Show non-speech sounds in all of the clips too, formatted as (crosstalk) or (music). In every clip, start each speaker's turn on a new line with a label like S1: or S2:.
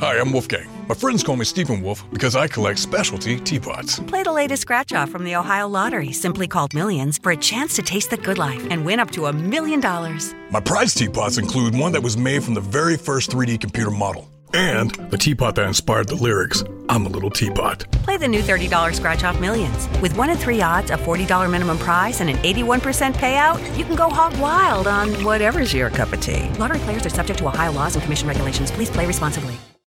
S1: Hi, I'm Wolfgang. My friends call me Stephen Wolf because I collect specialty teapots.
S2: Play the latest scratch off from the Ohio Lottery, simply called Millions, for a chance to taste the good life and win up to a million dollars.
S1: My prize teapots include one that was made from the very first 3D computer model and the teapot that inspired the lyrics, I'm a Little Teapot.
S2: Play the new $30 scratch off Millions. With one in three odds, a $40 minimum prize, and an 81% payout, you can go hog wild on whatever's your cup of tea. Lottery players are subject to Ohio laws and commission regulations. Please play responsibly.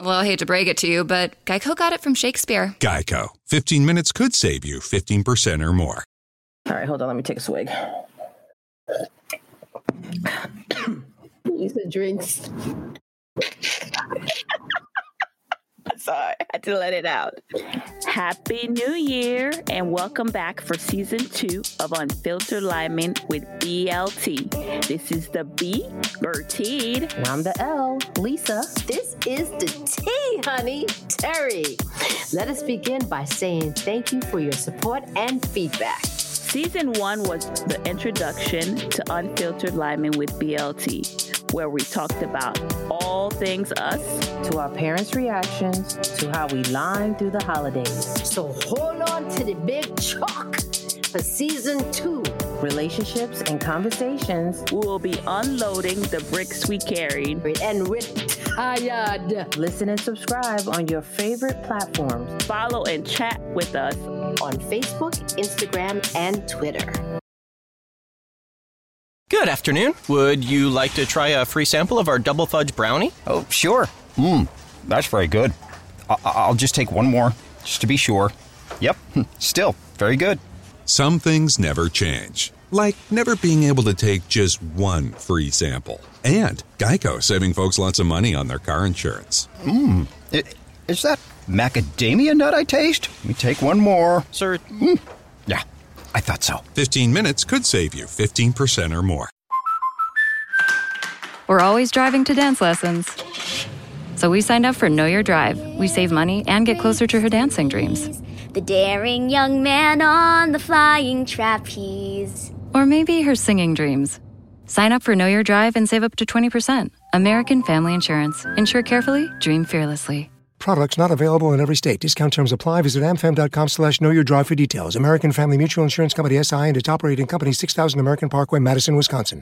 S3: Well, I hate to break it to you, but Geico got it from Shakespeare.
S4: Geico. 15 minutes could save you 15% or more.
S5: All right, hold on. Let me take a swig.
S6: These are drinks.
S5: Sorry, I had to let it out.
S6: Happy New Year and welcome back for season two of Unfiltered Lineman with BLT. This is the B, Bertide.
S7: And I'm the L, Lisa. This is the T, honey, Terry. Let us begin by saying thank you for your support and feedback.
S6: Season one was the introduction to Unfiltered Lineman with BLT, where we talked about all things us.
S7: To our parents' reactions, to how we line through the holidays,
S8: So hold on to the big chalk for season two.
S7: relationships, and conversations.
S6: We will be unloading the bricks we carried.
S8: And we're tired.
S7: Listen and subscribe on your favorite platforms.
S6: Follow and chat with us.
S8: On Facebook, Instagram, and Twitter.
S9: Good afternoon. Would you like to try a free sample of our double fudge brownie?
S10: Oh, sure. Mmm, that's very good. I- I- I'll just take one more, just to be sure. Yep, (laughs) still very good.
S4: Some things never change, like never being able to take just one free sample. And Geico saving folks lots of money on their car insurance.
S10: I- Is that macadamia nut I taste? Let me take one more.
S9: Sir,
S10: Hmm, Yeah, I thought so.
S4: 15 minutes could save you 15% or more.
S11: We're always driving to dance lessons. So we signed up for Know Your Drive. We save money and get closer to her dancing dreams.
S12: The daring young man on the flying trapeze.
S11: Or maybe her singing dreams. Sign up for Know Your Drive and save up to 20%. American Family Insurance. Insure carefully, dream fearlessly.
S13: Products not available in every state. Discount terms apply. Visit amfam.com slash know your drive for details. American Family Mutual Insurance Company SI and its operating company 6000 American Parkway, Madison, Wisconsin.